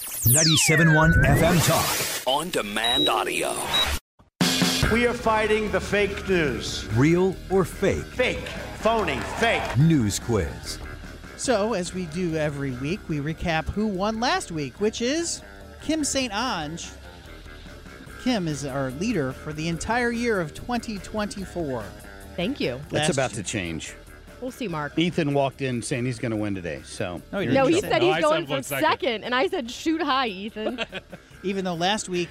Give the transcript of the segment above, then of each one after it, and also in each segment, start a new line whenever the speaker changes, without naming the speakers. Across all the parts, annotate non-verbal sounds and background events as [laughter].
97.1 FM Talk.
On demand audio.
We are fighting the fake news.
Real or fake?
Fake, phony, fake.
News quiz.
So, as we do every week, we recap who won last week, which is Kim St. Ange. Kim is our leader for the entire year of 2024.
Thank you.
That's
Last-
about to change.
We'll see, Mark.
Ethan walked in saying he's going to win today. So
No, he
you're
No,
in
he
trouble.
said
No,
he's
I
going
said one
for
second.
second, and I said, shoot high, Ethan.
Even though last week,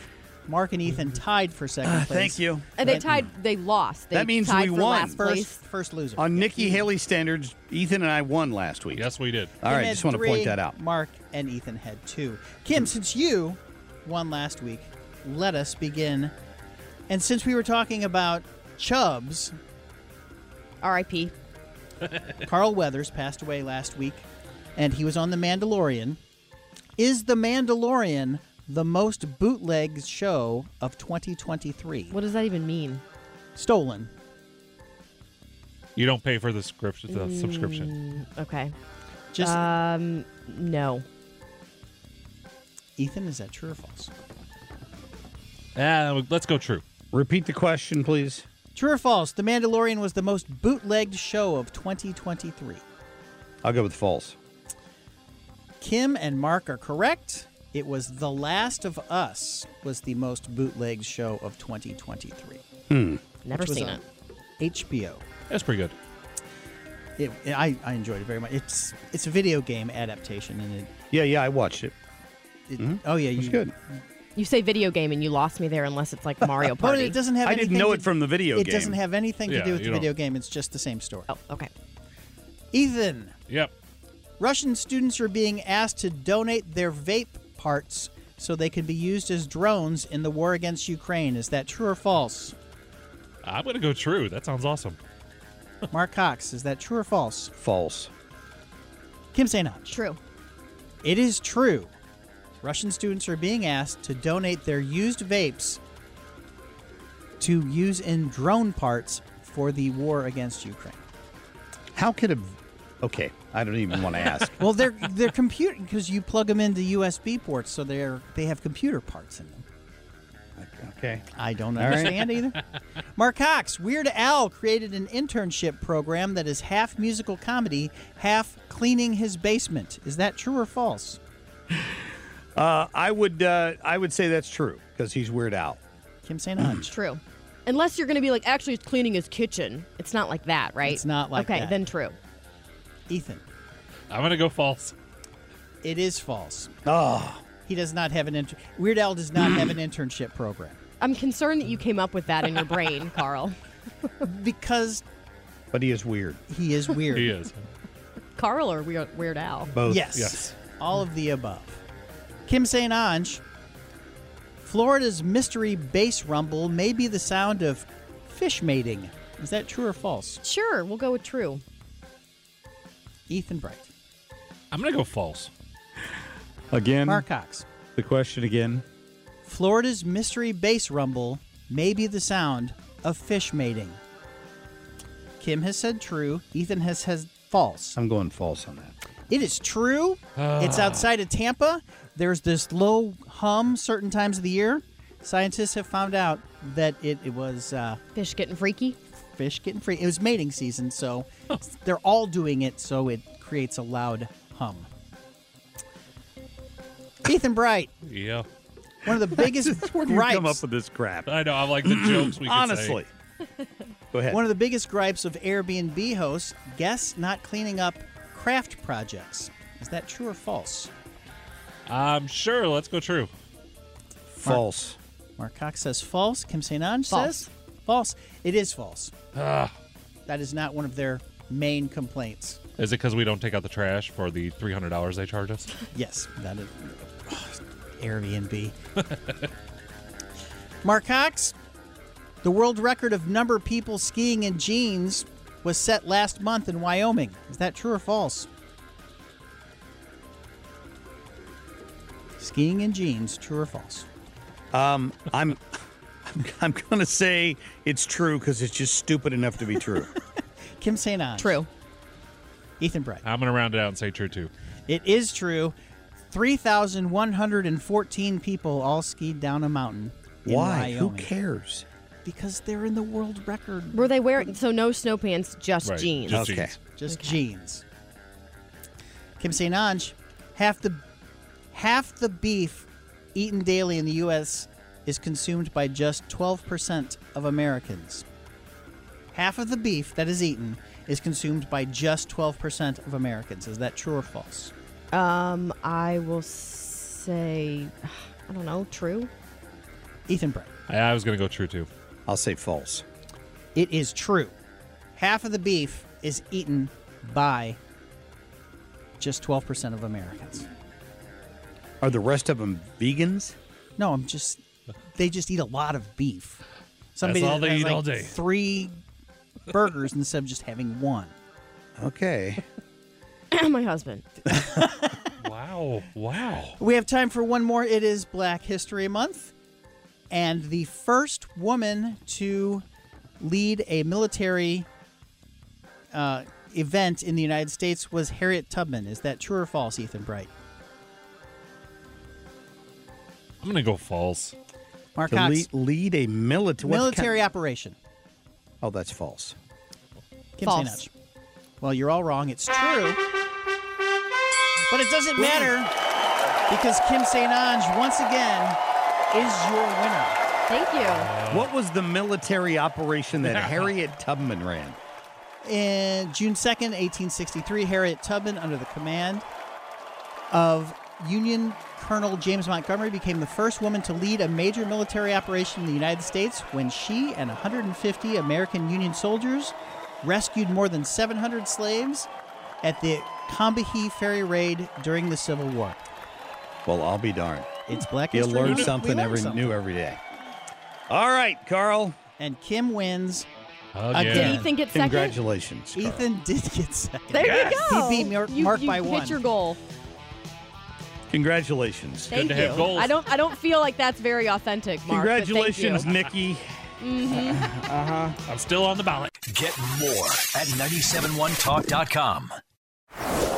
Mark and Ethan tied for second place.
Ah, Thank you.
And they tied, they lost. They
That means
tied
we
for
won.
last
First,
place.
first loser.
On Nikki Haley standards, Ethan and I won last week.
Yes, we did.
All
Kim
right,
had
just want to
three,
point that out.
Mark and Ethan had two. Kim, since you won last week, let us begin. And since we were talking about Chubbs,
R.I.P.
Carl Weathers passed away last week, and he was on The Mandalorian. Is The Mandalorian the most bootleg show of 2023?
What does that even mean?
Stolen.
You don't pay for the, script, the subscription.
Okay.
Just
Um, no.
Ethan, is that true or false?
Ah, let's go true.
Repeat the question, please.
True or false? The Mandalorian was the most bootlegged show of 2023.
I'll go with false.
Kim and Mark are correct. It was The Last of Us was the most bootlegged show of 2023.
Never
which was
seen
on
it.
HBO.
That's pretty good.
It, I, I enjoyed it very much. It's it's a video game adaptation, and it
Yeah, yeah, I watched it.
It,
Mm-hmm.
Oh yeah,
It
you
was good.
You say video game, and you lost me there, unless it's
[laughs]
like Mario
But
Party.
it doesn't have.
I didn't
anything
know
to-
it from the video
It
game.
doesn't have anything to
Yeah,
do with
you
the video
don't-
game. It's just the same story.
Oh, okay.
Ethan,
Yep.
Russian students are being asked to donate their vape parts so they can be used as drones in the war against Ukraine. Is that true or false?
I'm going to go true. That sounds awesome.
Mark Cox, is that true or false?
False.
Kim St. Ange.
True.
It is true. Russian students are being asked to donate their used vapes to use in drone parts for the war against Ukraine.
How could a. Okay, I don't even want to ask.
Well, [laughs] they're they're computing because you plug them into USB ports, so they're they have computer parts in them.
[laughs] Okay.
I don't
All right.
understand either. Mark Cox, Weird Al created an internship program that is half musical comedy, half cleaning his basement. Is that true or false?
Uh, I would uh, I would say that's true because he's Weird Al.
Kim St. Ange.
True. Unless you're going to be like, actually, it's cleaning his kitchen. It's not like that, right?
It's not like
okay,
that.
then true.
Ethan,
I'm going to go false.
it is false.
Oh,
He does not have an intern. Weird Al does not have an internship program
I'm concerned that you came up with that in your brain, [laughs] Carl.
because
but he is weird.
he is weird.
[laughs] He is.
Carl or Weird, Weird Al?
Both.
Yes.
Yes.
All of the above. Kim St. Ange, Florida's mystery bass rumble may be the sound of fish mating. Is that true or false?
Sure, we'll go with true.
Ethan Bright.
I'm going to go false.
Again,
Mark Cox.
the question again.
Florida's mystery bass rumble may be the sound of fish mating. Kim has said true. Ethan has said false.
I'm going false on that.
It is true.
Ah.
it's outside of Tampa. There's this low hum certain times of the year. Scientists have found out that it, it was uh,
Fish getting freaky.
fish getting free. It was mating season,
[laughs]
so they're all doing it, so it creates a loud hum. Ethan Bright,
Yeah.
one
[laughs]
of the biggest
That's where you come
gripes,
up with this crap.
I know. I like the jokes we could say.
Honestly. Go ahead.
one of the biggest gripes of Airbnb hosts, guests not cleaning up craft projects. Is that true or false?
I'm sure. Let's go true.
False.
Mark Cox says false. Kim St. Ange
False.
says false. It is false. That is not one of their main complaints.
Is it because we don't take out the trash for the $300 they charge us?
Yes, that is [sighs] Airbnb. [laughs] Mark Cox, the world record of number of people skiing in jeans was set last month in Wyoming. Is that true or false? Skiing in jeans, true or false?
Um, I'm, I'm, I'm going to say it's true because it's just stupid enough to be
[laughs]
true.
Kim St. Ange.
True.
Ethan Bright.
I'm going to round it out and say true, too.
It is true. 3,114 people all skied down a mountain. in
Why? Who
Wyoming.
cares?
Because they're in the world record.
Were they wearing so no snow pants, just
Right.
jeans?
Just
Okay.
jeans.
just jeans. Kim St. Ange, half the half the beef eaten daily in the U.S. is consumed by just 12% of Americans. Half of the beef that is eaten is consumed by just 12% of Americans. Is that true or false?
Um, I will say, [sighs] I don't know, true. [clears throat]
Ethan Brett,
I, I was going to go true, too.
I'll say false.
it is true. Half of the beef is eaten by just 12% of Americans.
Are the rest of them vegans?
No, I'm just. They just eat a lot of beef. Somebody
all
that
they
has,
eat
like
all day.
Three burgers instead of just having one.
Okay.
My husband.
wow. Wow.
We have time for one more. It is Black History Month, and the first woman to lead a military uh, event in the United States was Harriet Tubman. Is that true or false, Ethan Bright?
I'm going to go false.
Mark
To
Cox,
lead, lead a military
military operation.
oh, that's false.
Kim
False.
St. Ange. Well, you're all wrong. It's true. But it doesn't matter because Kim St. Ange, once again, is your winner.
Thank you.
what was the military
[laughs]
operation that Harriet Tubman ran?
In June 2nd, 1863, Harriet Tubman, under the command of Union Colonel James Montgomery, became the first woman to lead a major military operation in the United States when she and 150 American Union soldiers rescued more than 700 slaves at the Combahee Ferry Raid during the Civil War.
Well, I'll be darned.
It's Black
You
History
learn
Month. We
something
learn
every
something.
new every day. All right, Carl.
And Kim wins.
Did
Again.
Again.
Ethan get second?
Congratulations. Carl.
Ethan did get second.
There you go.
He beat Mark-
you,
Mark
you
by
hit
one.
your goal.
Congratulations.
Thank
to
you.
have goals.
I don't. I don't feel like that's very authentic, Mark. but thank you.
Congratulations, Nikki.
I'm still on the ballot.
Get more at 971talk.com.